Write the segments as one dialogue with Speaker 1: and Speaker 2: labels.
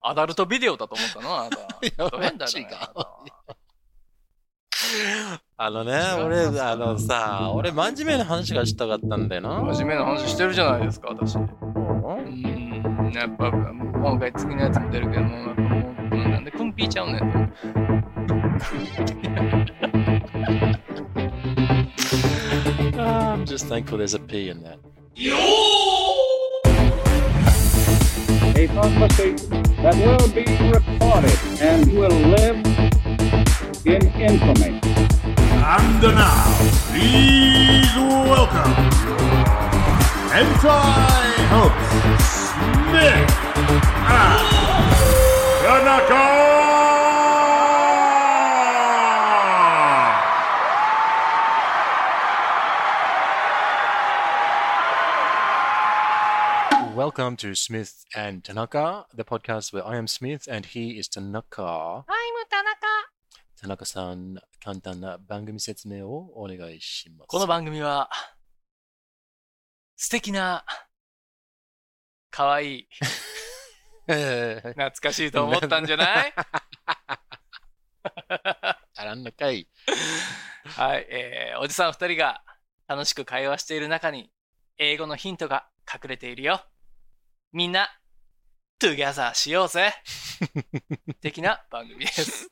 Speaker 1: アダルトビデオだと思ったのあなた。どうやんだ
Speaker 2: 違う
Speaker 1: よなあなたは
Speaker 2: あのね、俺、あのさ、俺、真面目な話がしたかったんだよな。
Speaker 1: 真面目な話してるじゃないですか、私。うーん、やっぱ、今回次のやつも出るけども、やっぱもう、なんでクンピーちゃうねんと。
Speaker 2: Ah, I'm just thankful there's a P in that.
Speaker 3: a conversation that will be recorded and will live in infamy.
Speaker 4: And now, please welcome Hentai Host Smith and Tanaka!
Speaker 2: Welcome to Smith and Tanaka, the podcast where I am Smith and he is Tanaka.
Speaker 5: I'm 田中
Speaker 2: 田中さん、簡単な番組説明をお願いします。
Speaker 1: この番組は、素敵な、可愛い、
Speaker 2: えー
Speaker 1: 懐かしいと思ったんじゃない
Speaker 2: あらんのかい。
Speaker 1: はい、えー、おじさん二人が楽しく会話している中に、英語のヒントが隠れているよ。みんな、トゥギャザーしよう ぜ的な番組 です。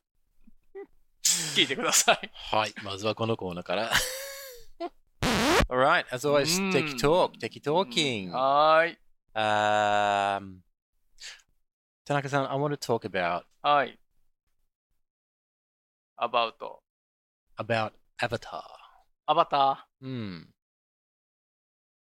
Speaker 1: 聞いてください。
Speaker 2: はい、まずはこのコーナーから。Alright, as always,
Speaker 1: うん
Speaker 2: take talk, take talking.
Speaker 1: はーい。
Speaker 2: Um, Tanaka san, I want to talk about
Speaker 1: はい。アバウト。
Speaker 2: about Avatar.
Speaker 1: アバタ
Speaker 2: Hmm.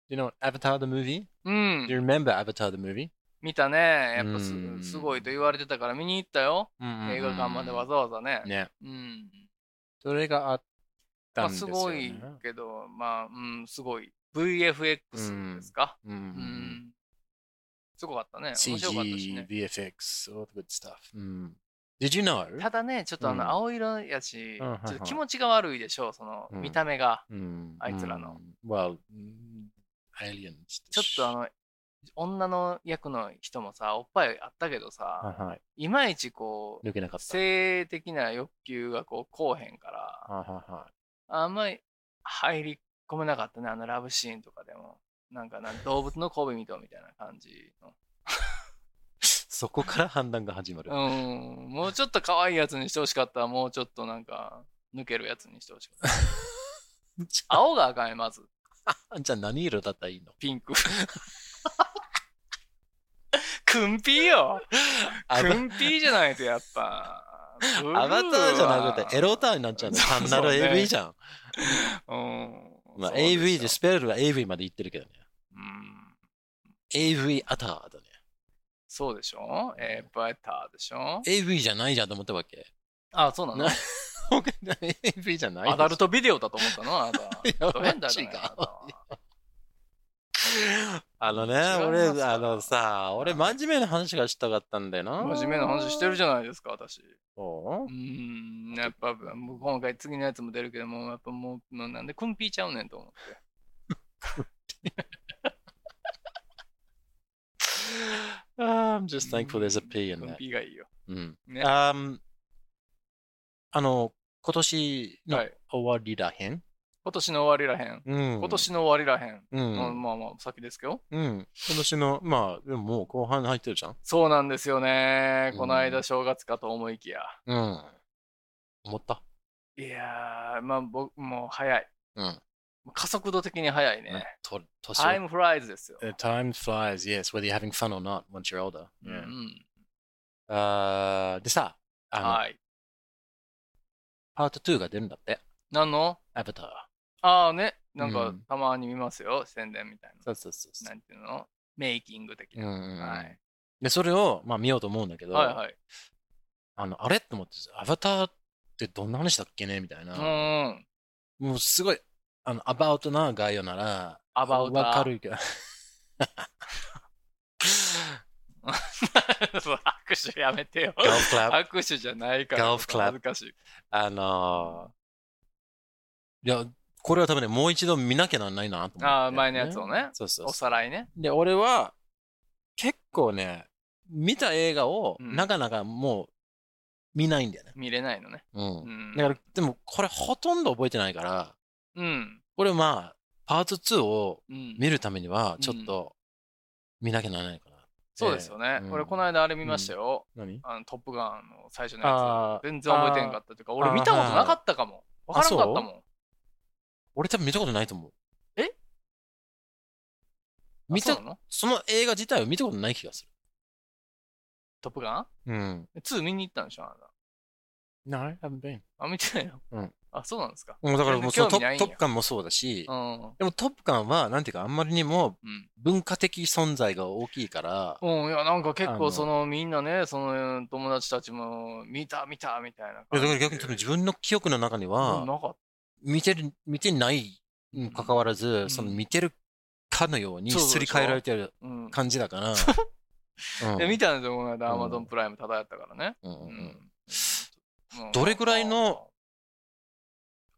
Speaker 2: You know Avatar the movie?
Speaker 1: ー。う
Speaker 2: Do
Speaker 1: ん。
Speaker 2: you remember Avatar the movie?
Speaker 1: 見たね。やっぱす
Speaker 2: うん
Speaker 1: すごいと言われてたから見に行ったよ。映画館までわざわざね。
Speaker 2: ね。
Speaker 1: うん。
Speaker 2: それがあっ
Speaker 1: ま
Speaker 2: た
Speaker 1: あ
Speaker 2: んです
Speaker 1: す
Speaker 2: よ、ね。
Speaker 1: ごいけど、まあ、うん、すごい。VFX ですか、
Speaker 2: うんうん
Speaker 1: う
Speaker 2: うんん。
Speaker 1: すごかったね。面
Speaker 2: CG,
Speaker 1: 白かったしね。
Speaker 2: VFX, all the good stuff. うん。Did you know?
Speaker 1: ただね、ちょっとあ
Speaker 2: うん
Speaker 1: の、青色やし、
Speaker 2: うんはいはい
Speaker 1: ちょっと気持ちが悪いでしょう、その、
Speaker 2: うん
Speaker 1: 見た目が。
Speaker 2: うん
Speaker 1: あいつらの。
Speaker 2: うん well, うん aliens.
Speaker 1: ちょっとあの、女の役の人もさ、おっぱいあったけどさ、
Speaker 2: はいはい
Speaker 1: まいちこう
Speaker 2: い。、抜けなかった。
Speaker 1: 性的な欲求がこう、こうへんから、
Speaker 2: はいはいはい。
Speaker 1: あんまり入り込めなかったね、あのラブシーンとかでも。なんかな、動物の交尾見たみたいな感じの。
Speaker 2: そこから判断が始まる。
Speaker 1: うん、もうちょっと可愛いやつにしてほしかったら、もうちょっとなんか、抜けるやつにしてほしかった。
Speaker 2: じゃ
Speaker 1: 青があかんよ、まず。
Speaker 2: あじゃあ何色だったらいいの
Speaker 1: ピンク。 クンピーよ。
Speaker 2: ア
Speaker 1: ク
Speaker 2: バ
Speaker 1: ンピーじゃないと、やっぱ。ブルーは
Speaker 2: アバターじゃなくてエロターになっちゃうんだよ。単なる
Speaker 1: そうね
Speaker 2: AV じゃん。
Speaker 1: うん。
Speaker 2: まあ、
Speaker 1: そうしょ
Speaker 2: AV でスペルは AV まで言ってるけどね。
Speaker 1: うん。
Speaker 2: AV アターだね。
Speaker 1: そうでしょえー、バイターでしょ
Speaker 2: AV じゃないじゃんと思ったわけ。
Speaker 1: あ、そうなの
Speaker 2: な AV じゃない
Speaker 1: アダルトビデオだと思ったのあなた。
Speaker 2: や
Speaker 1: ど変だよね
Speaker 2: 違う
Speaker 1: あなた
Speaker 2: あのね、
Speaker 1: 違い
Speaker 2: 俺
Speaker 1: ま、すか
Speaker 2: あのさ、俺、真面目な話がしたかったんだよな。
Speaker 1: 真面目な話してるじゃないですか、私。
Speaker 2: そ
Speaker 1: うー
Speaker 2: う
Speaker 1: ん、やっぱ、もう今回次のやつも出るけども、やっぱもう、もうなんでクンピーちゃうねんと思って。
Speaker 2: Ah, I'm just thankful there's a P in
Speaker 1: クン
Speaker 2: that.
Speaker 1: ピーがいいよ。
Speaker 2: うん。
Speaker 1: ね。
Speaker 2: Um, あの、今年の
Speaker 1: はい
Speaker 2: 終わりらへん、
Speaker 1: 今年の終わりらへん。
Speaker 2: うん。
Speaker 1: 今年の終わりらへん。
Speaker 2: う
Speaker 1: まあ
Speaker 2: ん。
Speaker 1: まあまあ、先ですけど。
Speaker 2: うん。今年の、まあ、でももう後半入ってるじゃん。
Speaker 1: そうなんですよね
Speaker 2: う。ん
Speaker 1: この間正月かと思いきや。
Speaker 2: うん。思った
Speaker 1: いやー、まあ僕、もう早い。
Speaker 2: うん。
Speaker 1: 加速度的に早いね。
Speaker 2: と年を
Speaker 1: タイムフライズですよ。
Speaker 2: Uh, time flies, yes, whether you're having fun or not once you're older.
Speaker 1: うんうん。
Speaker 2: あーでさ、あの、
Speaker 1: はい。
Speaker 2: パート2が出るんだって、
Speaker 1: 何の
Speaker 2: アバター。
Speaker 1: ああね、なん
Speaker 2: う
Speaker 1: か
Speaker 2: ん
Speaker 1: たまに見ますよ、宣伝みたいな。
Speaker 2: そうそうそうそ
Speaker 1: なんていうのメイキング的
Speaker 2: う。う
Speaker 1: な。
Speaker 2: んうんうん
Speaker 1: はい、
Speaker 2: で、それを、まあ、見ようと思うんだけど、
Speaker 1: はいはい。
Speaker 2: あの、あれと思って、アバターってどんな話だっけねみたいな。
Speaker 1: うんうん。
Speaker 2: もうすごい、あの、アバウトな概要なら、
Speaker 1: アバウター
Speaker 2: わかるけ ど。
Speaker 1: そう握手やめてよ。
Speaker 2: ガルフクラブ。
Speaker 1: 握手じゃないから。
Speaker 2: Golf club
Speaker 1: 恥ずかしい。
Speaker 2: あのーいや、これは多分ね、もう一度見なきゃならないなと思って、
Speaker 1: あー前のやつをね
Speaker 2: そうそう
Speaker 1: おさらいね。
Speaker 2: で、俺は、結構ね、見た映画を、
Speaker 1: うん
Speaker 2: なかなかもう見ないんだよね。
Speaker 1: 見れないのね。
Speaker 2: うん
Speaker 1: うん。
Speaker 2: だから、でもこれほとんど覚えてないから、
Speaker 1: うん。
Speaker 2: これまあ、パート2を
Speaker 1: うん。
Speaker 2: 見るためには、ちょっと見なきゃならないかな。
Speaker 1: そうですよね。
Speaker 2: うん
Speaker 1: 俺、この間あれ見ましたよ。
Speaker 2: 何
Speaker 1: あの、トップガンの最初のや
Speaker 2: あ
Speaker 1: つ。
Speaker 2: ー
Speaker 1: 全然覚えてへんかったというか、俺見たことなかったかも。わからんかったもん。
Speaker 2: 俺多分見たことないと思う。
Speaker 1: え
Speaker 2: 見
Speaker 1: あ
Speaker 2: た
Speaker 1: そうなの
Speaker 2: その映画自体を見たことない気がす
Speaker 1: トップガン
Speaker 2: る。うん。
Speaker 1: ?2 見に行ったんでしょあなた
Speaker 2: No, I haven't been.
Speaker 1: あ、見てないの
Speaker 2: うん
Speaker 1: あ、そうなんですか
Speaker 2: だからもうその
Speaker 1: 興
Speaker 2: ト
Speaker 1: 味ないん
Speaker 2: ッ
Speaker 1: や
Speaker 2: トップガンもそうだし
Speaker 1: う、ん。
Speaker 2: でもトップガンは、なんていうか、あんまりにも
Speaker 1: うん。
Speaker 2: 文化的存在が大きいから、
Speaker 1: うん、いや、なんか結
Speaker 2: あ
Speaker 1: 構
Speaker 2: の
Speaker 1: その、みんなね、その友達たちも、見た、見た、みたいない
Speaker 2: や
Speaker 1: 感
Speaker 2: だ
Speaker 1: じ
Speaker 2: か
Speaker 1: で。
Speaker 2: ら逆にその自分の記憶の中に
Speaker 1: う
Speaker 2: は
Speaker 1: ん、なかっ
Speaker 2: 見てる、見てないにもかかわらず、
Speaker 1: ん
Speaker 2: その見てるかのように
Speaker 1: そうそう
Speaker 2: すり替えられてる
Speaker 1: た。うん。
Speaker 2: 感じだから。うん
Speaker 1: で見たんですよ、この間、ア
Speaker 2: うん
Speaker 1: マゾンプライムただやったからね。
Speaker 2: うんう
Speaker 1: うん
Speaker 2: う
Speaker 1: ん。
Speaker 2: ん
Speaker 1: うん
Speaker 2: どれぐらいの、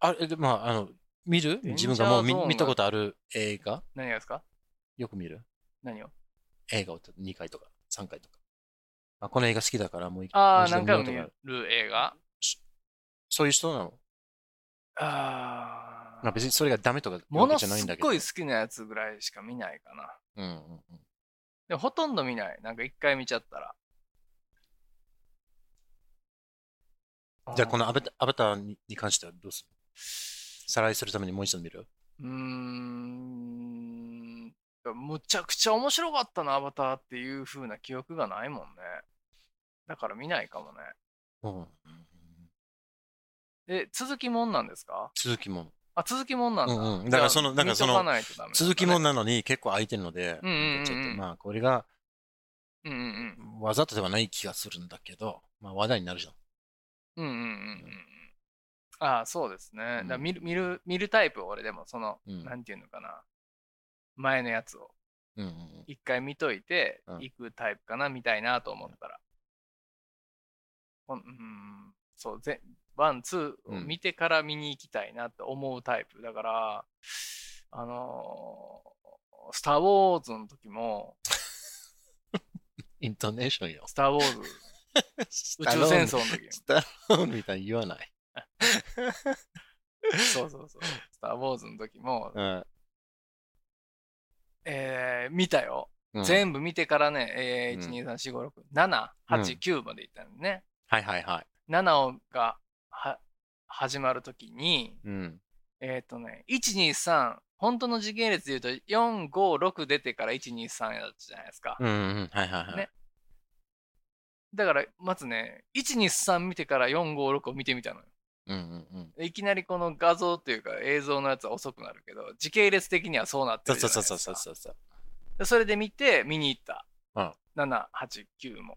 Speaker 2: あれ、でまあ、あの、見る
Speaker 1: デンジ
Speaker 2: 自
Speaker 1: ャー
Speaker 2: 分がもう
Speaker 1: ゾ
Speaker 2: 見
Speaker 1: ーンが
Speaker 2: 見たことある映画
Speaker 1: 何がですか
Speaker 2: よく見る
Speaker 1: 何を
Speaker 2: 映画を2回とか3回とか。あ、この映画好きだからもう一
Speaker 1: ああ、
Speaker 2: もう
Speaker 1: 何
Speaker 2: 一度
Speaker 1: 回
Speaker 2: 見よ
Speaker 1: も
Speaker 2: うと
Speaker 1: 見
Speaker 2: か
Speaker 1: る映画
Speaker 2: そういう人なの
Speaker 1: あ
Speaker 2: まあ別にそれがダメとかいう
Speaker 1: も
Speaker 2: わ
Speaker 1: の
Speaker 2: け
Speaker 1: す
Speaker 2: じゃないんだ
Speaker 1: っ
Speaker 2: けど。
Speaker 1: ごい好きなやつぐらいしか見ないかな。
Speaker 2: うんうんうん。
Speaker 1: でもほとんど見ない。なんか一回見ちゃったら。
Speaker 2: じゃあこ
Speaker 1: の。
Speaker 2: のアバタアバターにに関してはどうするさらいするためにもう一度見る
Speaker 1: うーん。むちゃくちゃ面白かったな、アバターっていう風な記憶がないもんね。だから見ないかもね。
Speaker 2: うん。
Speaker 1: え、続きもんなんですか
Speaker 2: 続きもん。
Speaker 1: あ、続きもんなんだ。
Speaker 2: うんうんだからその
Speaker 1: じゃあ
Speaker 2: なんかその
Speaker 1: 見とないとダメなんだね
Speaker 2: 続きもんなのに結構空いてるので、
Speaker 1: うんうんうんうん
Speaker 2: なんかちょっとまあこれが
Speaker 1: うんうんうん。
Speaker 2: わざとではない気がするんだけど、まあ話題になるじゃん。
Speaker 1: うんうんうんうん。ああ、そうですね。だから見る、
Speaker 2: うん
Speaker 1: 見る、見るタイプ、俺でも、その、
Speaker 2: うん
Speaker 1: なんていうのかな。前のやつを、
Speaker 2: うんうんうん。
Speaker 1: 一回見といて
Speaker 2: う、ん
Speaker 1: 行くタイプかな、見たいなと思ったら。ほんうん、そう、ぜワン、ツーを見てから見に行きたいなって思うタイプ。だから、あのースター・ウォーズの時も、
Speaker 2: イントネーションよ。
Speaker 1: スター・ウォーズ、 宇宙戦争の時 も
Speaker 2: スタローンみたいに言わない。
Speaker 1: そうそうそう、スター・ウォーズの時も、
Speaker 2: うん
Speaker 1: えー見たよ。
Speaker 2: うん
Speaker 1: 全部見てからね、えー、
Speaker 2: うん
Speaker 1: 1、2、3、4、5、6、7、
Speaker 2: う
Speaker 1: 8、
Speaker 2: ん
Speaker 1: 9まで行ったんでね。
Speaker 2: はいはいはい。
Speaker 1: 7をがは始まるときに、
Speaker 2: うん。
Speaker 1: えっ、とね、1、2、3、本当の時系列で言うと、4、5、6出てから1、2、3やったじゃないですか。
Speaker 2: うんうん。はいはいはい。
Speaker 1: ねだから、まずね、1、2、3見てから4、5、6を見てみたのよ。
Speaker 2: うんうんうん。
Speaker 1: いきなりこの画像というか映像のやつは遅くなるけど、時系列的にはそうなって
Speaker 2: そう
Speaker 1: るじ
Speaker 2: そ
Speaker 1: ゃ
Speaker 2: う
Speaker 1: ないですか。
Speaker 2: そうそうそうそう。
Speaker 1: でそれで見て、見に行った。
Speaker 2: うん
Speaker 1: 7、8、9も。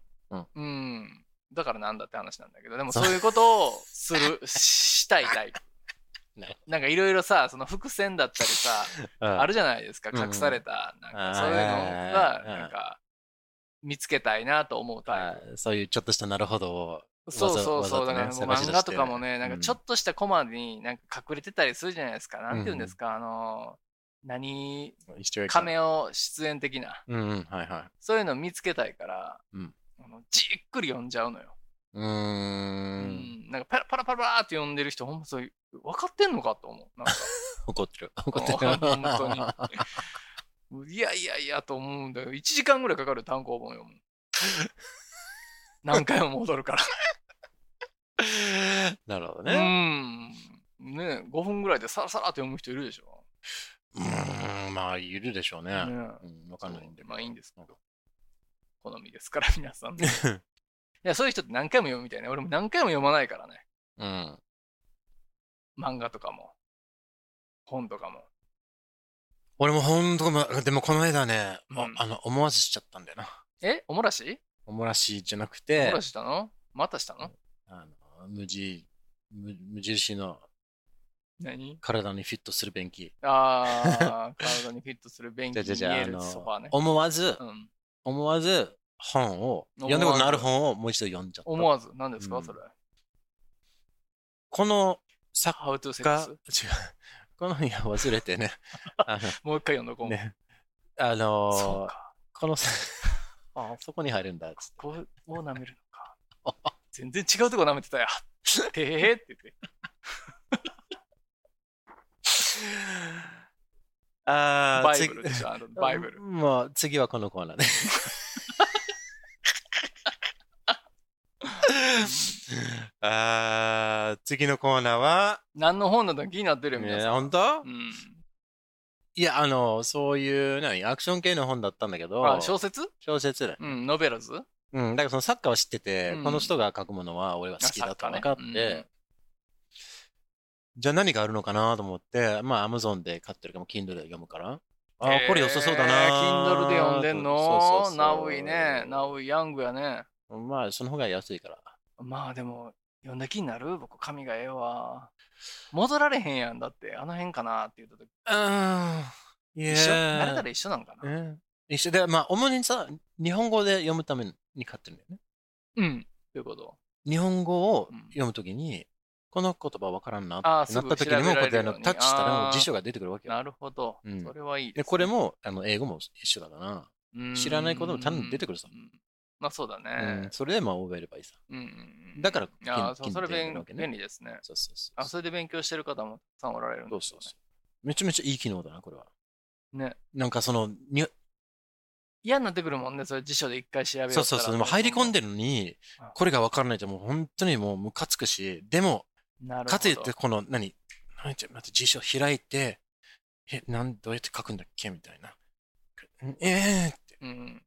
Speaker 2: うん
Speaker 1: んだからなんだって話なんだけど、でもそういうことをする、ししたいタイプ
Speaker 2: ね。
Speaker 1: なんかいろいろさ、その伏線だったりさ、あ
Speaker 2: あ
Speaker 1: るじゃないですか、
Speaker 2: うんうん
Speaker 1: 隠された、なんかそういうの
Speaker 2: あ
Speaker 1: が、
Speaker 2: ー
Speaker 1: なんか、見つけたいなと思うタイプ。
Speaker 2: そういうちょっとしたなるほどを。
Speaker 1: そうそうそう、
Speaker 2: わざ
Speaker 1: だからも
Speaker 2: わ
Speaker 1: う
Speaker 2: ざとね探し
Speaker 1: 漫
Speaker 2: 出して
Speaker 1: 画とかもね、なんか
Speaker 2: うん
Speaker 1: ちょっとしたコマになんか隠れてたりするじゃないですか。なんて言うんですか、あの、何、カメオ出演的な。
Speaker 2: うんうん。はいはい。
Speaker 1: そういうのを見つけたいから、
Speaker 2: うん
Speaker 1: あのじっくり読んじゃうのよ。
Speaker 2: うー。
Speaker 1: うんんなんかパラパラパラーって読んでる人、ほんまそういう、分かってんのかと思う。なんか
Speaker 2: 怒ってる。 怒ってる。
Speaker 1: 本当に。いやいやいやと思うんだよ。1時間ぐらいかかる単行本読 む。何回も戻るか
Speaker 2: なるほど
Speaker 1: ら。
Speaker 2: ね。
Speaker 1: うん。ね5分ぐらいでサラサラって読む人いるでしょ。
Speaker 2: うーん。まあ、いるでしょうね。
Speaker 1: ね
Speaker 2: うん。わかんないんで。
Speaker 1: まあいいんですけ
Speaker 2: けど。
Speaker 1: 好みですから、皆さん ね。いや、そういう人って何回も読むみたいね。俺も何回も読まないからね。
Speaker 2: うん。
Speaker 1: 漫画とかも。本とかも。
Speaker 2: 俺も本当ま、でもこの間ね、
Speaker 1: うん
Speaker 2: ああの、思わずしちゃったんだよな。
Speaker 1: えおもらし
Speaker 2: おもらしじゃなく
Speaker 1: お
Speaker 2: て、
Speaker 1: もらししたのまたしたの
Speaker 2: あの無地無無印の
Speaker 1: 何
Speaker 2: 体にフィットする便器。
Speaker 1: ああ、 体にフィットする便器
Speaker 2: じゃ
Speaker 1: に
Speaker 2: じゃじ
Speaker 1: 見
Speaker 2: ゃ
Speaker 1: え
Speaker 2: あ
Speaker 1: る
Speaker 2: の
Speaker 1: ソファーね。
Speaker 2: 思わず、
Speaker 1: うん、
Speaker 2: 思わず本を、読んだことのある本をもう一度読んじゃった。
Speaker 1: 思わず、何ですか、
Speaker 2: うん
Speaker 1: それ。
Speaker 2: この作
Speaker 1: How to
Speaker 2: 家、違
Speaker 1: sex?
Speaker 2: う、 この、いや、忘れ てね。あ
Speaker 1: もう一回読んどこ
Speaker 2: の、
Speaker 1: う。
Speaker 2: ね、あのー
Speaker 1: そうか。
Speaker 2: この、
Speaker 1: あ
Speaker 2: そこに入るんだっつって。
Speaker 1: こう、こう舐めるのか。全然違うとこ舐めてたや。 へへへって言って。
Speaker 2: あ
Speaker 1: バイブルでしょ、あのバイブル。
Speaker 2: まあ、次はこのコーナー で。あー次のコーナーは、
Speaker 1: 何の本なの気になってるよ、皆
Speaker 2: ね、
Speaker 1: さん。
Speaker 2: 本当
Speaker 1: うん。
Speaker 2: いや、あの、そういう、何、アクション系の本だったんだけど、
Speaker 1: あ、小説
Speaker 2: 小説だ。
Speaker 1: うん、ノベラズ
Speaker 2: うん、だからそのサッカーを知ってて、
Speaker 1: うん
Speaker 2: この人が書くものは俺は好きだと分かって、
Speaker 1: あサッカーね
Speaker 2: じゃあ何があるのかなと思って、まあ Amazon で買ってるかも Kindle で読むから。あー、
Speaker 1: えー
Speaker 2: これ良さそうだなー。
Speaker 1: Kindle で読んでん
Speaker 2: そうそう
Speaker 1: の
Speaker 2: そう
Speaker 1: ナウイね。ナウイヤングやね。
Speaker 2: まあ、その方が安いから。
Speaker 1: まあでも、読んだ気になる僕、髪がええわ。戻られへんやん。だって、あの辺かなって言った時。
Speaker 2: うん。
Speaker 1: 一緒誰々一緒なんかな
Speaker 2: 一緒で、まあ、主にさ、日本語で読むために買ってるんだよね。
Speaker 1: うん。ということ。
Speaker 2: 日本語を
Speaker 1: うん
Speaker 2: 読むときに、この言葉わからんなって
Speaker 1: あ
Speaker 2: な
Speaker 1: ー
Speaker 2: った
Speaker 1: すぐ
Speaker 2: ときにも、
Speaker 1: 調べら
Speaker 2: こ
Speaker 1: れ
Speaker 2: う
Speaker 1: る
Speaker 2: や
Speaker 1: よう
Speaker 2: っ
Speaker 1: に
Speaker 2: てあのタッチしたらも
Speaker 1: あ
Speaker 2: う
Speaker 1: ー
Speaker 2: 辞書が出てくるわけよ。
Speaker 1: なるほど。
Speaker 2: うん
Speaker 1: それはいい
Speaker 2: で
Speaker 1: です、ね。
Speaker 2: これもあの英語も一緒だから、
Speaker 1: うん、
Speaker 2: 知らないことも単に出てくるさ
Speaker 1: うんまあそうだ
Speaker 2: う
Speaker 1: ね
Speaker 2: ん。それでまあ覚えればいいさ。
Speaker 1: うんうんうん
Speaker 2: だから
Speaker 1: いやーそう
Speaker 2: 金
Speaker 1: それ
Speaker 2: 金っていうわ
Speaker 1: 便
Speaker 2: けね
Speaker 1: 便利ですね。
Speaker 2: そうそうそう。
Speaker 1: あ、それで勉強してる方もたくさんおられるん
Speaker 2: そ
Speaker 1: で
Speaker 2: う
Speaker 1: す
Speaker 2: そ
Speaker 1: よ
Speaker 2: うそう。めちゃめちゃいい機能だな、これは。
Speaker 1: ね。ね。
Speaker 2: なんかその、に
Speaker 1: 嫌になってくるもんね、それ辞書で一回調べよ
Speaker 2: そうそうそう、でも入り込ん
Speaker 1: で。
Speaker 2: でるのに
Speaker 1: あ、
Speaker 2: これが分からないともう本当にもうムカつくし、でも、
Speaker 1: なるほど。
Speaker 2: かといってこの、何、何ちょまた辞書開いて、え、なん、どうやって書くんだっけみたいな。えーって。
Speaker 1: うん。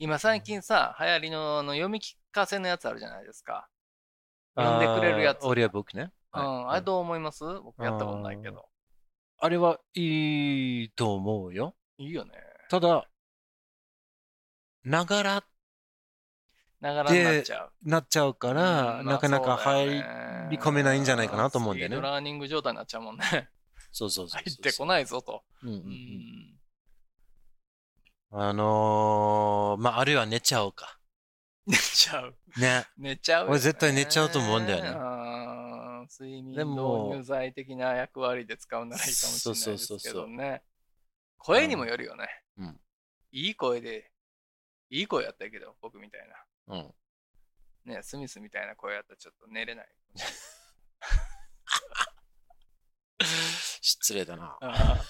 Speaker 1: 今最近さ、流行りのあの読み聞かせのやつあるじゃないですか。読んでくれるやつ
Speaker 2: あーオーディオブックね。はい
Speaker 1: うん。あれどう思います僕やったことないけど。
Speaker 2: あれはいいと思うよ。
Speaker 1: いいよね。
Speaker 2: ただ、ながら
Speaker 1: ながらになっちゃう。
Speaker 2: なっちゃうから、
Speaker 1: うん
Speaker 2: なかなか入り込めないんじゃないかなと思うんだよね
Speaker 1: スピードラーニング状態になっちゃうもん ね。
Speaker 2: そうそうそう
Speaker 1: 入
Speaker 2: そう。
Speaker 1: ってこないぞと。
Speaker 2: うんうん
Speaker 1: う
Speaker 2: うん
Speaker 1: ん。
Speaker 2: あのー、まあ、あるいは寝ちゃおうか。
Speaker 1: 寝ちゃう。
Speaker 2: ね。
Speaker 1: 寝ちゃうよね、
Speaker 2: 俺絶対寝ちゃうと思うんだよね
Speaker 1: ね。睡眠
Speaker 2: でも
Speaker 1: 導入剤的な役割で使うならいいかもしれない
Speaker 2: そう
Speaker 1: で
Speaker 2: そうそう
Speaker 1: すけ
Speaker 2: そう
Speaker 1: どね。声にもよるよね。
Speaker 2: うん
Speaker 1: いい声で、いい声やったけど、僕みたい
Speaker 2: うん。
Speaker 1: な。ね、スミスみたいな声やったらちょっと寝れない。
Speaker 2: 失礼だな。ま
Speaker 1: あ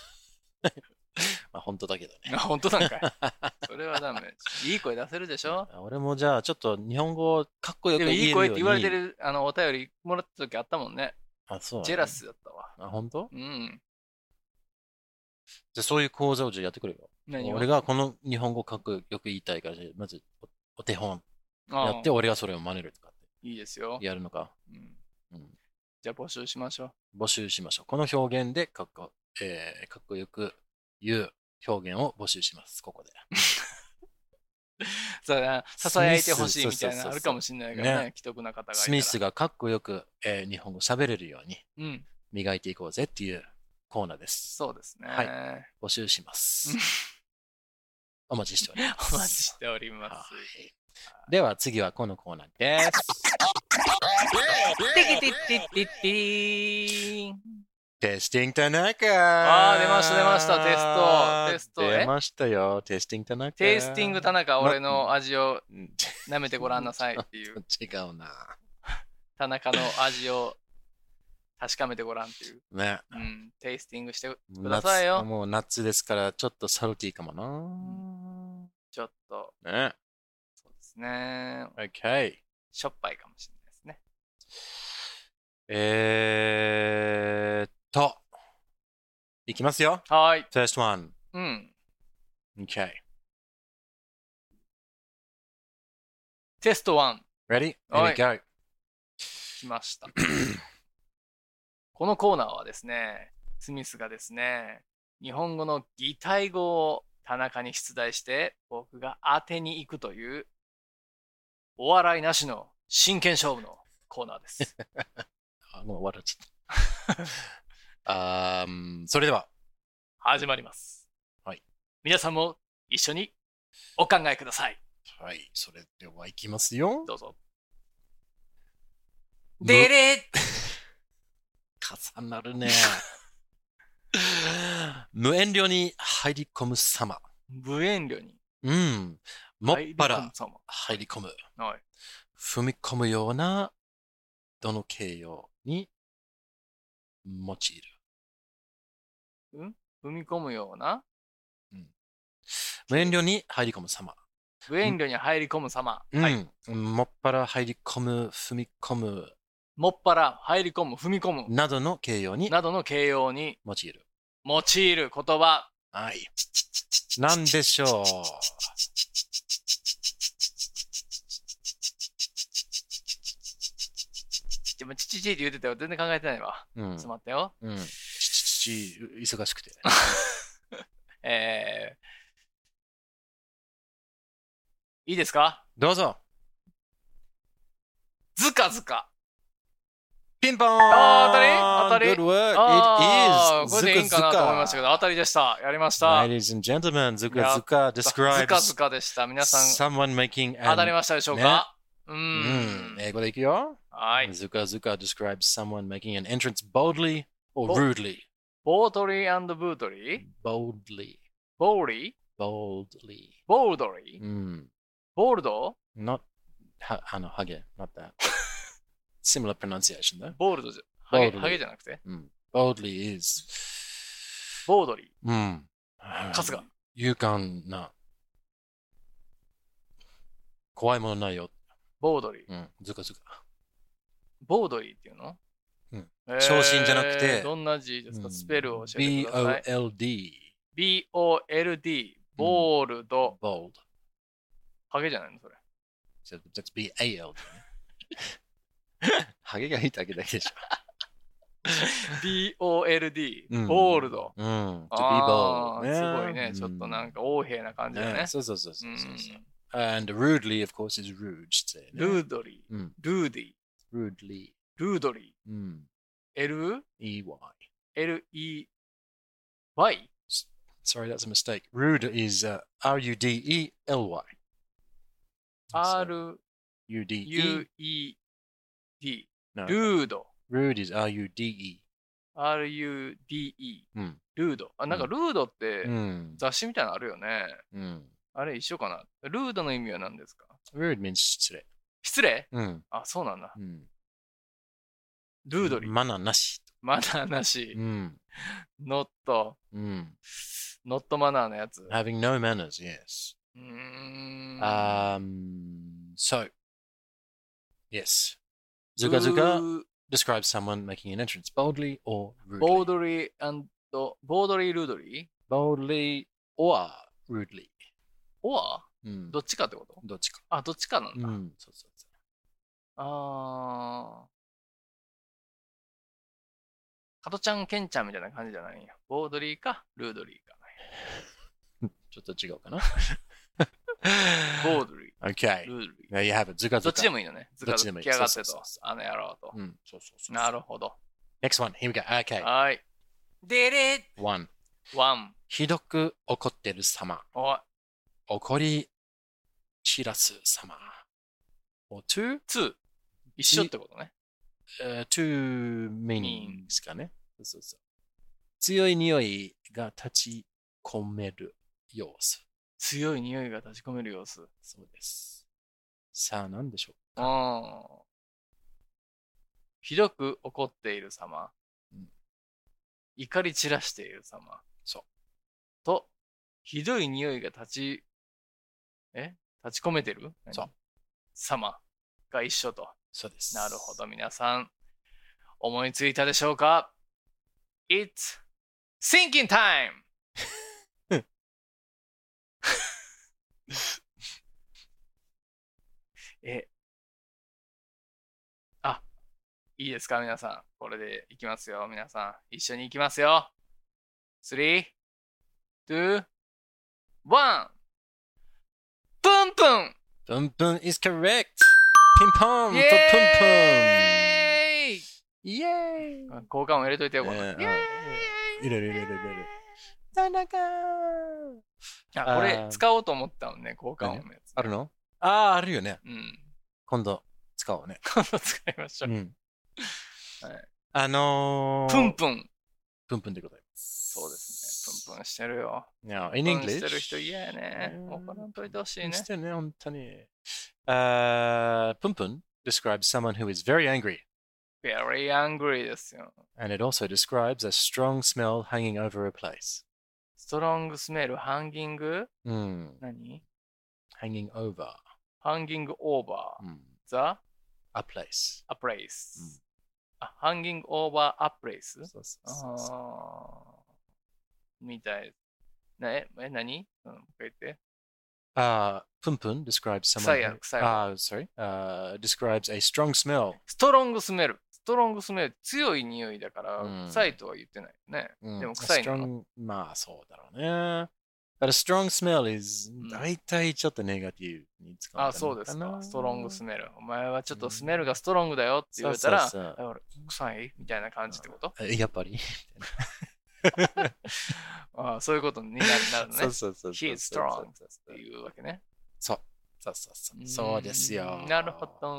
Speaker 2: あ、本当だけどね。
Speaker 1: あ、本当なんかい。それはダメ。いい声出せるでしょ
Speaker 2: 俺もじゃあ、ちょっと日本語かっこよ
Speaker 1: で
Speaker 2: く
Speaker 1: も
Speaker 2: 言え
Speaker 1: い
Speaker 2: る
Speaker 1: い
Speaker 2: よう
Speaker 1: 声っ
Speaker 2: に
Speaker 1: て言われて。るあのお便りもらった時あったもんね。
Speaker 2: あ、そう、
Speaker 1: ジェラ。スだったわ。
Speaker 2: あ、本当？
Speaker 1: うん。
Speaker 2: じゃあ、そういう講座をじゃあやってくれよ。
Speaker 1: 何を
Speaker 2: 俺がこの日本語かっこよく言いたいから、じゃあまずおお手本
Speaker 1: ああ
Speaker 2: やって、俺がそれを真似るとかっ
Speaker 1: いいですよ
Speaker 2: て。やるのか。
Speaker 1: うん
Speaker 2: うん
Speaker 1: じゃあ募集しましょう。
Speaker 2: 募集しましょう。この表現でかっこ,、えーかっこよく言う表現を募集します、ここで。
Speaker 1: そうだな
Speaker 2: スミス
Speaker 1: 支えてほしいみたいな
Speaker 2: そうそうそうそう
Speaker 1: のあるかもしれないからね、
Speaker 2: ね
Speaker 1: 既得な方がいたら。
Speaker 2: スミスがかっこよく、えー日本語喋れるように
Speaker 1: うん、
Speaker 2: 磨いていこうぜっていうコーナーです。
Speaker 1: そうですね。
Speaker 2: は募集しま
Speaker 1: う
Speaker 2: す
Speaker 1: ん。
Speaker 2: お待ちしております。
Speaker 1: お待ちしておりま
Speaker 2: はいでは次はこのコーナーです。
Speaker 1: す。テキティティティティーン
Speaker 2: テスティング田中
Speaker 1: あー出ました出ましたテストテストえ
Speaker 2: 出ましたよ、テスティング田中
Speaker 1: テイスティング田中、俺の味を
Speaker 2: うん
Speaker 1: 舐めてごらんなさいっていう、
Speaker 2: 違うな。
Speaker 1: 田中の味を確かめてごらんっていう、
Speaker 2: ね。
Speaker 1: うん、テイスティングしてください
Speaker 2: 夏
Speaker 1: よ。
Speaker 2: もう夏ですから、ちょっとサルティーかも
Speaker 1: ちょっと、
Speaker 2: な。ね。
Speaker 1: そうですね。
Speaker 2: OK。
Speaker 1: しょっぱいかもしれないですね。
Speaker 2: えーっと。いきますよ。
Speaker 1: はーい。
Speaker 2: First one.
Speaker 1: うん。
Speaker 2: Okay.
Speaker 1: テスト1。
Speaker 2: Ready?
Speaker 1: は
Speaker 2: Here
Speaker 1: い
Speaker 2: we go.
Speaker 1: 来ました。このコーナーはですね、スミスがですね、日本語の擬態語を田中に出題して、僕が当てに行くという、お笑いなしの真剣勝負のコーナーです。
Speaker 2: あ、もう笑っちゃった。あ ーんそれでは、
Speaker 1: 始まります。
Speaker 2: はい。
Speaker 1: 皆さんも一緒にお考えください。
Speaker 2: はい、それではいきますよ。
Speaker 1: どうぞ。
Speaker 2: む
Speaker 1: でれ
Speaker 2: 重なるね。無遠慮に入り込む様。
Speaker 1: 無遠慮に
Speaker 2: うん。もっぱ
Speaker 1: 入り込む
Speaker 2: ら
Speaker 1: そう
Speaker 2: 入り込む。
Speaker 1: はい
Speaker 2: 踏み込むような、どの形容に用いる。
Speaker 1: 踏み込むような、
Speaker 2: 無遠慮に入り込む様。
Speaker 1: 無遠慮に入り込む様。
Speaker 2: うん。
Speaker 1: はい。
Speaker 2: もっぱら入り込む、踏み込む、
Speaker 1: もっぱら入り込む、踏み込む、
Speaker 2: などの形容に
Speaker 1: などの形容に
Speaker 2: 用いる。
Speaker 1: 用いる言葉。
Speaker 2: はい。なんでしょ
Speaker 1: でも、ちちちって言ってたよ。全然考えてないわ。
Speaker 2: う。う
Speaker 1: ち
Speaker 2: ん
Speaker 1: ょっと。待ってよ。
Speaker 2: うん。ちちちち忙しくて。
Speaker 1: えー、いいですか
Speaker 2: どうぞ。
Speaker 1: ずかずか。
Speaker 2: ピンポーン
Speaker 1: あ当たり当たり
Speaker 2: !Good work!
Speaker 1: あ
Speaker 2: It
Speaker 1: ー
Speaker 2: is!
Speaker 1: これでいいんかなと思いましたけど、当たりでした。やりました。
Speaker 2: Ladies and gentlemen, Zuka Zuka
Speaker 1: ずかず
Speaker 2: describes
Speaker 1: かでした。皆さん、
Speaker 2: someone making
Speaker 1: 当たり
Speaker 2: an...
Speaker 1: ましたでしょうか、う
Speaker 2: う
Speaker 1: ー
Speaker 2: ん
Speaker 1: ん。
Speaker 2: 英語でいくよ。
Speaker 1: はい。
Speaker 2: Zuka Zuka describes someone making an entrance boldly or
Speaker 1: ぼ
Speaker 2: rudely.
Speaker 1: ボートリーブートリー
Speaker 2: Boldly.
Speaker 1: ボーリー
Speaker 2: Boldly.
Speaker 1: ボードリー
Speaker 2: うん。
Speaker 1: ボールド
Speaker 2: Not... ah, はあの、ハゲ。Not that. Similar pronunciation though.
Speaker 1: ボールドじゃ、ハゲ
Speaker 2: ボールド
Speaker 1: ハゲじゃなくて、
Speaker 2: うん。Boldly is... hmm.
Speaker 1: ボードリー。
Speaker 2: うん。
Speaker 1: 春日。
Speaker 2: 勇敢な。怖いものないよ。
Speaker 1: ボードリー。
Speaker 2: うん。ずかずか。
Speaker 1: ボードリーっていうの
Speaker 2: うん
Speaker 1: えー
Speaker 2: 昇進じゃなくて
Speaker 1: どんな字ですか、スペ
Speaker 2: Hmm,
Speaker 1: ルを教えてください。
Speaker 2: B-O-L-D。
Speaker 1: B-O-L-D、ボールド、
Speaker 2: Bold.
Speaker 1: ハゲじゃないの それ。
Speaker 2: So that's B-A-L-D ね。ハゲがいいだけだけでし
Speaker 1: B-O-L-D
Speaker 2: う、ん
Speaker 1: ボールド。
Speaker 2: ょ。うん。To be
Speaker 1: あ
Speaker 2: bold.
Speaker 1: ーすごいね。ちょっとなん
Speaker 2: か。
Speaker 1: か、横柄な感じだね
Speaker 2: ね。そうそうそうそううんそうそう。And rudely, of course, is rude.
Speaker 1: ル
Speaker 2: ー
Speaker 1: ードリー、
Speaker 2: うん
Speaker 1: ルーディ、
Speaker 2: Rudely.
Speaker 1: ルードリ
Speaker 2: うん。
Speaker 1: ー、L?
Speaker 2: E-Y.
Speaker 1: L-E-Y?
Speaker 2: Sorry, that's a mistake. Rude is uh, R-U-D-E-L-Y.
Speaker 1: R-U-E-D
Speaker 2: U D E. No.
Speaker 1: ルード
Speaker 2: Rude is R U D E.
Speaker 1: R-U-D-E
Speaker 2: うん
Speaker 1: ルードあなんか
Speaker 2: うん
Speaker 1: ルードって
Speaker 2: うん
Speaker 1: 雑誌みたいなのあるよね、
Speaker 2: うん
Speaker 1: あれ一緒かなルードの意味は何ですか
Speaker 2: Rude means Hmm. 失礼。
Speaker 1: 失礼
Speaker 2: うん
Speaker 1: あそうなんだ
Speaker 2: うん
Speaker 1: ルードリー
Speaker 2: マナーなし。
Speaker 1: マナーなし
Speaker 2: うん
Speaker 1: ノット
Speaker 2: うん
Speaker 1: ノットマナーのやつ
Speaker 2: Hmm. Having no manners, yes.
Speaker 1: うーん Mm.
Speaker 2: Um, so, yes. Zuka Zuka
Speaker 1: ルー
Speaker 2: describes someone making an entrance boldly or rudely.
Speaker 1: ボードリーボードリールードリー
Speaker 2: Boldly or rudely. Hmm.
Speaker 1: オア
Speaker 2: うん
Speaker 1: どっちかってこと
Speaker 2: どっちか。
Speaker 1: あ、どっちかなん
Speaker 2: う
Speaker 1: だ。
Speaker 2: んそうそうそ
Speaker 1: あー。加トちゃん、ケンちゃんみたいな感じじゃないんや。ボードリーか、ルードリーか。
Speaker 2: うちょっと違う かな。
Speaker 1: ボードリ
Speaker 2: Okay.
Speaker 1: ー、ルードリー。
Speaker 2: There you have it. Zuka Zuka.
Speaker 1: どっちでもいいのね。ず
Speaker 2: ど
Speaker 1: か
Speaker 2: っち
Speaker 1: ず
Speaker 2: で
Speaker 1: か
Speaker 2: もいい
Speaker 1: 来やがって
Speaker 2: そうそう
Speaker 1: と
Speaker 2: そ。
Speaker 1: あの野郎と。
Speaker 2: うんそうそうそう
Speaker 1: なるほど。Uh.
Speaker 2: Next one. Here we go. Okay.
Speaker 1: はい。でれ
Speaker 2: One.
Speaker 1: ワン。
Speaker 2: ひどく怒ってる様。
Speaker 1: おい。
Speaker 2: 怒り知らす様。or two,
Speaker 1: ツー。一緒ってことね。
Speaker 2: uh, two meanings かね。そうそうそう。強い匂いが立ち込める様子。
Speaker 1: 強い匂いが立ち込める様子。うん。
Speaker 2: そうです。さあ、何でしょ
Speaker 1: ひどく怒っている様
Speaker 2: うん。
Speaker 1: 怒り散らしている様。
Speaker 2: そう。
Speaker 1: と、ひどい匂いが立ち、え立ち込めてる
Speaker 2: そう。
Speaker 1: 様が一緒と。
Speaker 2: うそうです。
Speaker 1: なるほ。ど、皆さん。思いついたでしょうか ?It's thinking time! え、あ、いいですか、皆さん。これでいきますよ、皆さん。一緒にいきますよ。3、2、1! プンプン
Speaker 2: プンプン is correct! ピンポンとプンプン
Speaker 1: イエ
Speaker 2: イエーイ
Speaker 1: ーイ効果音入れといてよ、これ。
Speaker 2: えー
Speaker 1: イエーイ
Speaker 2: 入れる入れる入れる田中
Speaker 1: あこれ
Speaker 2: あー
Speaker 1: 使おうと思ったのね、効果音のやつ。
Speaker 2: あるのああ、あるよね。
Speaker 1: うん。
Speaker 2: 今度 使おうね。
Speaker 1: 今度使いましょう。
Speaker 2: ん
Speaker 1: はい
Speaker 2: あのー、
Speaker 1: プンプン。
Speaker 2: プンプンでございます。
Speaker 1: そうですプンプンしてるよ。
Speaker 2: Now, in
Speaker 1: プンプンしてる
Speaker 2: English.
Speaker 1: 人嫌やね。
Speaker 2: うん
Speaker 1: もうこれんといてほしいね。
Speaker 2: してね、本当に。Uh, Pum Pum describes someone who is very angry,
Speaker 1: very angry ですよ。
Speaker 2: and it also describes a strong smell hanging over a place.
Speaker 1: ストロングスメル、ハンギング
Speaker 2: Mm,
Speaker 1: 何
Speaker 2: hanging over
Speaker 1: ハンギングオーバー、
Speaker 2: mm,
Speaker 1: the
Speaker 2: a place.
Speaker 1: a place、
Speaker 2: うん
Speaker 1: あ、ハンギングオーバー a place?
Speaker 2: そうそうそうそう
Speaker 1: あーみたい。なえ、え、何うん、もう一回言って。
Speaker 2: Uh, Pum Pum describes
Speaker 1: Kusaya,
Speaker 2: someone. who-
Speaker 1: kusaya.
Speaker 2: Uh, sorry. Uh, describes a strong smell.
Speaker 1: ストロングスメル。ストロングスメル、強い匂いだから、
Speaker 2: うん
Speaker 1: 臭いとは言ってないよね。
Speaker 2: うん
Speaker 1: でも
Speaker 2: Hmm, a
Speaker 1: 臭いの
Speaker 2: strong- oh, まあそうだろうね。But a strong smell is
Speaker 1: ん
Speaker 2: 大体ちょっとネガティブに使うん
Speaker 1: あ、
Speaker 2: じゃ
Speaker 1: そう
Speaker 2: な
Speaker 1: で
Speaker 2: いか
Speaker 1: す
Speaker 2: な
Speaker 1: か。ストロングスメル。お前はちょっ
Speaker 2: う
Speaker 1: と
Speaker 2: ん
Speaker 1: スメルがストロングだよって言われたら、
Speaker 2: そうそう
Speaker 1: あ俺臭いみたいな感じってこと
Speaker 2: そうえやっぱり。
Speaker 1: あそういうことになるなるのね。
Speaker 2: そうそうそうそう。
Speaker 1: He is strong っていうわけね。
Speaker 2: そうそうそう。そうですよ
Speaker 1: う。んなるほど。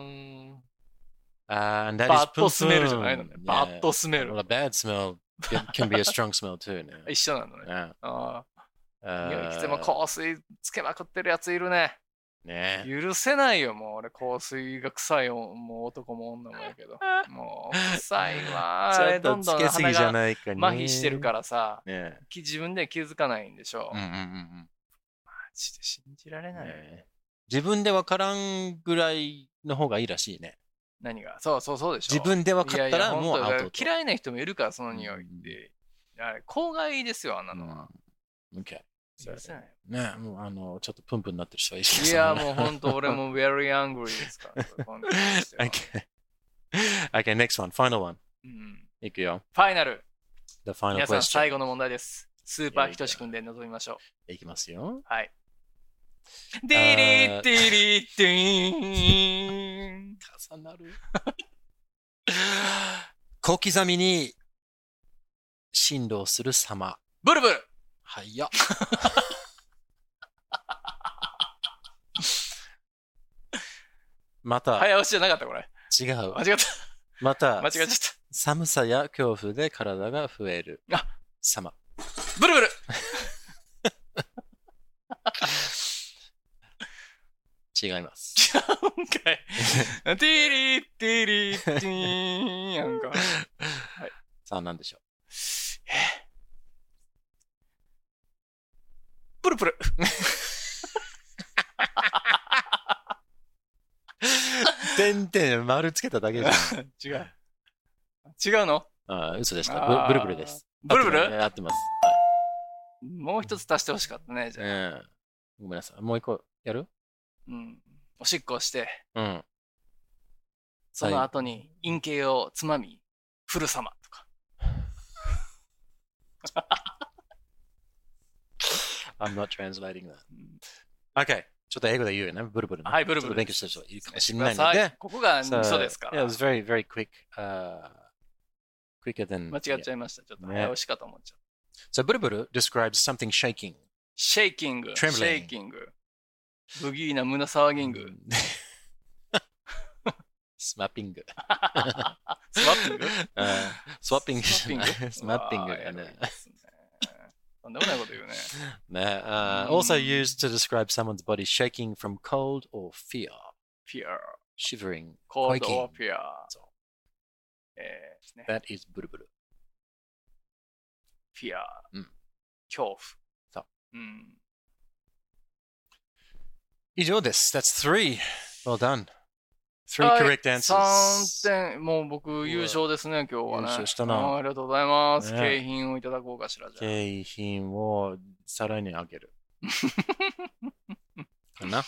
Speaker 2: あー、
Speaker 1: バッドスメルじゃないのね。バッド
Speaker 2: ス
Speaker 1: スメル。
Speaker 2: A bad smell can, can be a strong smell too ね。
Speaker 1: 一緒なのね。
Speaker 2: ね
Speaker 1: ああ
Speaker 2: あ
Speaker 1: 匂
Speaker 2: ー
Speaker 1: いきても香水つけまくってるやついるね。
Speaker 2: ね。
Speaker 1: 許せないよ、もう俺、香水が臭いよ、もう男も女もや けど。もう、臭いわ。あれ
Speaker 2: ちょ
Speaker 1: ど
Speaker 2: っ
Speaker 1: んど
Speaker 2: とつ
Speaker 1: ん
Speaker 2: けすぎ
Speaker 1: 鼻
Speaker 2: じゃ
Speaker 1: が
Speaker 2: ないかね。
Speaker 1: 麻痺してるからさ、
Speaker 2: ね。
Speaker 1: き自分で気づかないんでしょう。
Speaker 2: うんう
Speaker 1: マ
Speaker 2: んうんうん。
Speaker 1: ジで信じられない。
Speaker 2: ね自分で分からんぐらいの方がいいらしいね。
Speaker 1: 何がそうそうそうでしょ。
Speaker 2: 自分で分かった
Speaker 1: いやい
Speaker 2: ら
Speaker 1: や
Speaker 2: もう
Speaker 1: 本当だ
Speaker 2: アウ
Speaker 1: か
Speaker 2: ト
Speaker 1: ら
Speaker 2: と。
Speaker 1: 嫌いな人もいるから、その匂いって。あれ、公害ですよ、あんな
Speaker 2: な
Speaker 1: のは。
Speaker 2: の。OK。
Speaker 1: 許せない。
Speaker 2: ねもうあの、ちょっとプンプンになってる人はいい
Speaker 1: いや、もう 本当俺も very angry ですから。それ本当にしては
Speaker 2: OK。OK, next one, final one.
Speaker 1: うん
Speaker 2: いくよ。
Speaker 1: ファイナル。
Speaker 2: The final
Speaker 1: 皆さん、最
Speaker 2: question.
Speaker 1: 後の問題です。スーパーひとしくんで臨みましょう。
Speaker 2: いきますよ。
Speaker 1: はい。ディリディリディーン。
Speaker 2: 重な る。小刻みに振動する様。
Speaker 1: ブルブル。
Speaker 2: 早っ。 また、
Speaker 1: 早押しじゃなかった、これ。
Speaker 2: 違う
Speaker 1: 間。違った。
Speaker 2: また、
Speaker 1: 間違っちゃった。
Speaker 2: 寒さや恐怖で体が増える
Speaker 1: あ
Speaker 2: 様。
Speaker 1: ブルブル。
Speaker 2: 違います。
Speaker 1: 今回。ディリディリディーン。やんか。
Speaker 2: さあ、何でしょ
Speaker 1: プルプル。
Speaker 2: う。てんてん、丸つけただけ じゃ
Speaker 1: 違
Speaker 2: ん。
Speaker 1: う。違うの
Speaker 2: ああ、嘘でした。
Speaker 1: あー
Speaker 2: ブブルブルです。
Speaker 1: ブルブ
Speaker 2: 合って
Speaker 1: ル
Speaker 2: ます合ってます。
Speaker 1: もう一つ足してほしかったね、じゃあ。
Speaker 2: はいうん。ごめんなさい。もう一個やる
Speaker 1: うん。おしっこをして、
Speaker 2: うん。
Speaker 1: その後に陰茎をつまみ、フル様とか。
Speaker 2: I'm not translating that.
Speaker 1: うん
Speaker 2: Okay. ちょっと英語で言うよね。ブルブルね。
Speaker 1: はいブルブル
Speaker 2: ちょっと勉強した人いるかもしれないの
Speaker 1: してくださ
Speaker 2: で
Speaker 1: い。ここが味
Speaker 2: So,
Speaker 1: 噌ですか
Speaker 2: yeah,
Speaker 1: ら
Speaker 2: it。was very, very quick. Uh, quicker than.
Speaker 1: 間違っちゃいました。ちょっと
Speaker 2: ね
Speaker 1: 早押しかと思っちゃった。
Speaker 2: So, ブルブル describes something shaking.
Speaker 1: シェイキング、シ
Speaker 2: Trembling
Speaker 1: ェイキング。ブギーな胸騒ぎン グ。
Speaker 2: スマッ ピング。
Speaker 1: スワッ ピング
Speaker 2: スワッピング
Speaker 1: スワッ ピング
Speaker 2: スワッピン
Speaker 1: う
Speaker 2: グ
Speaker 1: わー
Speaker 2: だ
Speaker 1: やる
Speaker 2: ね
Speaker 1: い。ですねとんでもないこと言うね。
Speaker 2: ね、uh, also used to describe someone's body shaking from cold or fear.
Speaker 1: ピ アー。
Speaker 2: Shivering,
Speaker 1: コールド
Speaker 2: quaking.
Speaker 1: オピアー
Speaker 2: そ。
Speaker 1: えーね
Speaker 2: That is ブルブル。
Speaker 1: ピアー
Speaker 2: うん。
Speaker 1: 恐怖。
Speaker 2: そう
Speaker 1: うん。
Speaker 2: 以上です。That's three. Well done. Three
Speaker 1: はい
Speaker 2: correct answers.
Speaker 1: 3点。もう僕優勝ですね、今日はね。
Speaker 2: 優勝したな
Speaker 1: あーありがとうございます。
Speaker 2: ね
Speaker 1: 景品をいただこうかしらじゃあ。
Speaker 2: 景品をさらにあげる。 かな。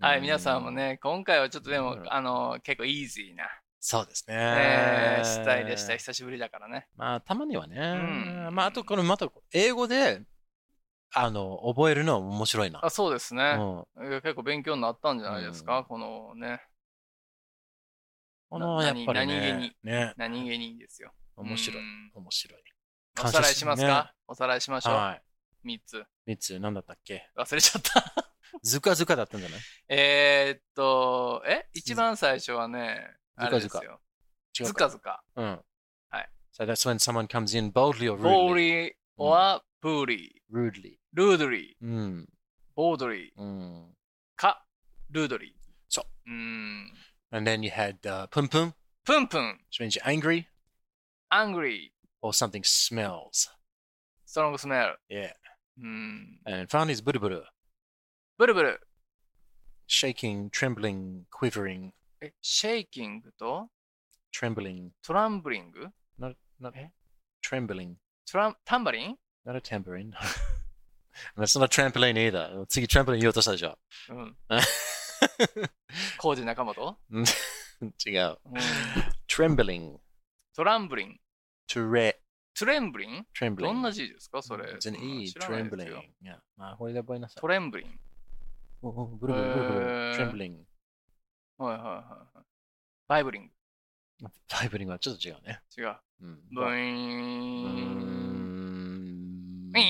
Speaker 1: はい、
Speaker 2: う
Speaker 1: 皆さんも。ね、今回はちょっとでも
Speaker 2: う、ん
Speaker 1: あの、結構イージーな、
Speaker 2: そうですね。
Speaker 1: えー、主体でした。久しぶりだからね。
Speaker 2: まあ、たまにはね。
Speaker 1: うん
Speaker 2: まあ、あと、この、また、英語で、あの、覚えるの面白いな。
Speaker 1: あ、そうです
Speaker 2: う
Speaker 1: ね。
Speaker 2: ん。
Speaker 1: いや結構勉強になったんじゃないですか、
Speaker 2: うん
Speaker 1: このね、
Speaker 2: この、やっぱり
Speaker 1: 何何気
Speaker 2: ね
Speaker 1: に。
Speaker 2: ね。
Speaker 1: 何気にいいですよ。
Speaker 2: 面白
Speaker 1: う
Speaker 2: い。
Speaker 1: ん
Speaker 2: 面白い。
Speaker 1: おさらいします
Speaker 2: 感謝
Speaker 1: かおさらいしまし
Speaker 2: すね
Speaker 1: ょ
Speaker 2: は
Speaker 1: う。3つ。
Speaker 2: い。三つ、何だったっけ
Speaker 1: 忘れちゃった。
Speaker 2: ずかずかだったんじゃない
Speaker 1: えーっと、え一番最初はね、
Speaker 2: ず
Speaker 1: あれですよ。
Speaker 2: 違う
Speaker 1: ず
Speaker 2: か。
Speaker 1: かずか。
Speaker 2: うん。
Speaker 1: はい。
Speaker 2: So that's when someone comes in boldly or
Speaker 1: ボー
Speaker 2: rudely.
Speaker 1: リー or プーリ
Speaker 2: rudely. Mm,
Speaker 1: ー、ルードリー、
Speaker 2: うん。
Speaker 1: ボードリー、
Speaker 2: うん。
Speaker 1: か、ルードリー。。
Speaker 2: そう
Speaker 1: うーん。
Speaker 2: And then you had uh, pum pum,
Speaker 1: プンプン、
Speaker 2: which means you're angry
Speaker 1: アングリー、
Speaker 2: or something smells.
Speaker 1: ストロングスメル。
Speaker 2: Yeah.
Speaker 1: うーん。
Speaker 2: And finally, it's buru buru,
Speaker 1: ブルブル、
Speaker 2: shaking, trembling, quivering,
Speaker 1: え、シェイキングと
Speaker 2: trembling,
Speaker 1: トランブリング
Speaker 2: not not
Speaker 1: Eh?
Speaker 2: trembling,
Speaker 1: トラン、タンバリン
Speaker 2: not a tambourine. and that's not a trampoline either. 次 trampoline 言おうとしたでしょ。
Speaker 1: うん。コージ仲本
Speaker 2: 違う。
Speaker 1: うん。
Speaker 2: trembling,
Speaker 1: トランブリン、
Speaker 2: Tourette,
Speaker 1: トレンブリン
Speaker 2: trembling.
Speaker 1: どんな字ですかそれ。
Speaker 2: It's
Speaker 1: そ
Speaker 2: an
Speaker 1: んなの
Speaker 2: E,
Speaker 1: 知らないです
Speaker 2: trembling.
Speaker 1: よ
Speaker 2: Yeah. まあ、これで覚えなさい
Speaker 1: ト。レンブリン。
Speaker 2: おおブルブルブルブ
Speaker 1: へ
Speaker 2: ル
Speaker 1: ー
Speaker 2: trembling.
Speaker 1: はいはいはいはい。バイブリン
Speaker 2: バイブリングはちょっと違うね。
Speaker 1: グ。違う。
Speaker 2: うん。
Speaker 1: ブイー
Speaker 2: うー
Speaker 1: ン。
Speaker 2: ん
Speaker 1: ウィー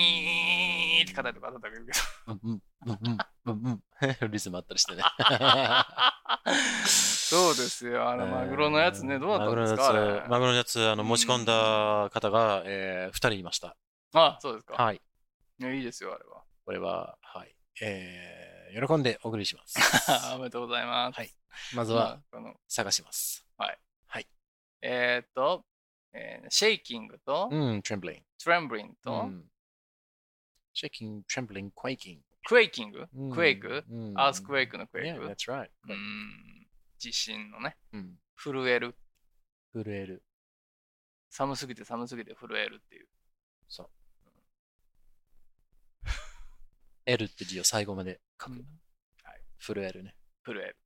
Speaker 1: ンって肩とか叩くけど。
Speaker 2: うんうんうんうんうんリズムあったりしてね。
Speaker 1: そうですよ。あの、マグロのやつね、どうだったんですかあ
Speaker 2: マグロのや
Speaker 1: れ
Speaker 2: つ、マグロのやつあの持ち込んだ方が、えー、2人いました。
Speaker 1: あ、そうですか。
Speaker 2: はい。
Speaker 1: いやいいですよ、あれは。。
Speaker 2: これは、はい。えー、喜んでお送りします
Speaker 1: おめでとうございます。
Speaker 2: はいまず
Speaker 1: まあ
Speaker 2: は、
Speaker 1: この
Speaker 2: 探します。
Speaker 1: えーっと、えーシェイキングと
Speaker 2: う、ん、trembling。
Speaker 1: トレンブリン
Speaker 2: う
Speaker 1: と、
Speaker 2: ん shaking, trembling, quaking.
Speaker 1: クエイキング
Speaker 2: うん
Speaker 1: クエイク
Speaker 2: うん
Speaker 1: アースクエイクのクエイ
Speaker 2: Yeah,
Speaker 1: ク
Speaker 2: that's right.
Speaker 1: うーん地震のね、
Speaker 2: うん
Speaker 1: 震える。
Speaker 2: 震える。
Speaker 1: 寒すぎて寒すぎて震えるっていう。
Speaker 2: そう。L って字を最後まで書く。震えるね。
Speaker 1: 震える。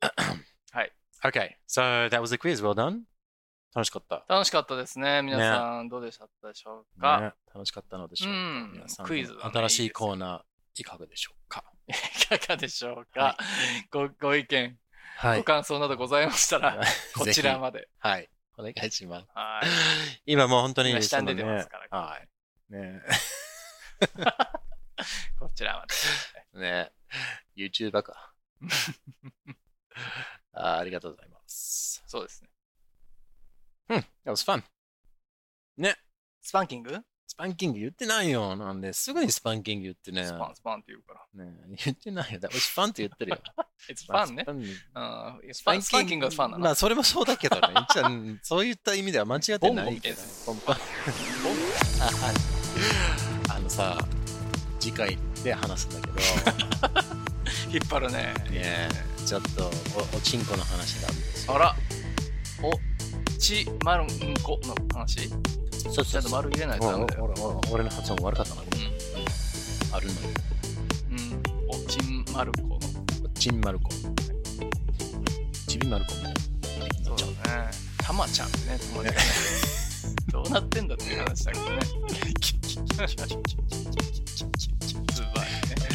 Speaker 1: はい。
Speaker 2: Okay, so that was the quiz. Well done. 楽しかった。
Speaker 1: 楽しかったですね。皆さん、どうでしたでしょうか、
Speaker 2: ね楽しかったのでしょうか。
Speaker 1: うん
Speaker 2: 皆さん
Speaker 1: クイズはね
Speaker 2: 新し
Speaker 1: いい
Speaker 2: い
Speaker 1: ですよ
Speaker 2: コーナー、いかがでしょうか。
Speaker 1: いかがでしょうか、ごご意見、
Speaker 2: は
Speaker 1: ご 感想などございましたら、こちら
Speaker 2: は。
Speaker 1: まで。
Speaker 2: はい。お願いします。
Speaker 1: はい。
Speaker 2: 今もう本当
Speaker 1: 今
Speaker 2: に
Speaker 1: 下に出
Speaker 2: そ
Speaker 1: て
Speaker 2: のね
Speaker 1: ますから
Speaker 2: はい。ね
Speaker 1: こちらまで。
Speaker 2: ね YouTuber か。 あーありがとうございます。
Speaker 1: そうですね。
Speaker 2: That was fun.
Speaker 1: スパンキング
Speaker 2: スパンキング言ってないよ。なんで、すぐにスパンキング言ってね。
Speaker 1: スパン、スパンって言うから。
Speaker 2: ね言ってないよ。That was fun って言ってる よ。
Speaker 1: It's fun ね。
Speaker 2: まあ。ス
Speaker 1: うんスパンスパンキングがファンなの
Speaker 2: ま。あ、それもそうだけどね。一応そういった意味では間違って
Speaker 1: ボンゴ
Speaker 2: な
Speaker 1: み
Speaker 2: い
Speaker 1: たい
Speaker 2: け
Speaker 1: な
Speaker 2: ど。ボンボン あのさ、次回で話すんだけど、
Speaker 1: 引っ張るね。
Speaker 2: ねちょっとおおちんこの話があるんですよ。
Speaker 1: あら、おちまるんこの話ち
Speaker 2: そう
Speaker 1: ゃんと丸入れないとダメだよ。
Speaker 2: ほらほらほら俺の発音悪かったな。
Speaker 1: うん、
Speaker 2: あるのよ。
Speaker 1: うん、おちんまるこの。
Speaker 2: おちんまる子。ちびまる子みたいな。
Speaker 1: そうだね。たまちゃんってね、友達がね。どうなってんだっていう話だけどね。ズバリね。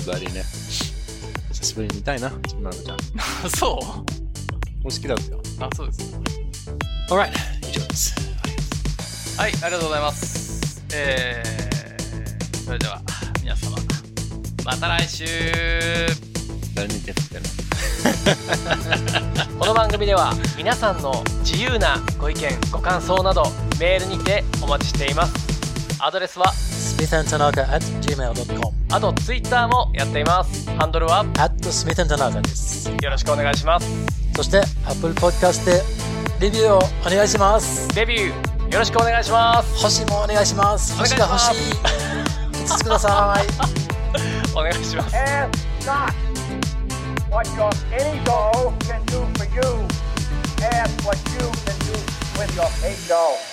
Speaker 2: ズバリね。久しぶりに見たいな、ちびまる子ちゃん。
Speaker 1: あそう
Speaker 2: お好きだったよ。
Speaker 1: あ、そうです。
Speaker 2: Alright! 以上です。
Speaker 1: はい、ありがとうございます。えー、それでは、皆様、また来週
Speaker 2: 誰に手振ってる
Speaker 1: この番組では皆さんの自由なご意見ご感想などメールにてお待ちしていますアドレスは
Speaker 2: Smith and Tanaka at gmail.com
Speaker 1: あとツイッターもやっていますハンドルは
Speaker 2: at Smith and Tanaka です。
Speaker 1: よろしくお願いします
Speaker 2: そして Apple Podcast でレビューをお願いします。
Speaker 1: デビューよろしくお願いします
Speaker 2: 星もお願いします。
Speaker 1: お願い
Speaker 2: 星
Speaker 1: し
Speaker 2: が
Speaker 1: ま
Speaker 2: 欲
Speaker 1: す
Speaker 2: しい。5つ ください。
Speaker 1: お願いします
Speaker 5: Ask not what your ego can do for you. Ask what you can do with your ego.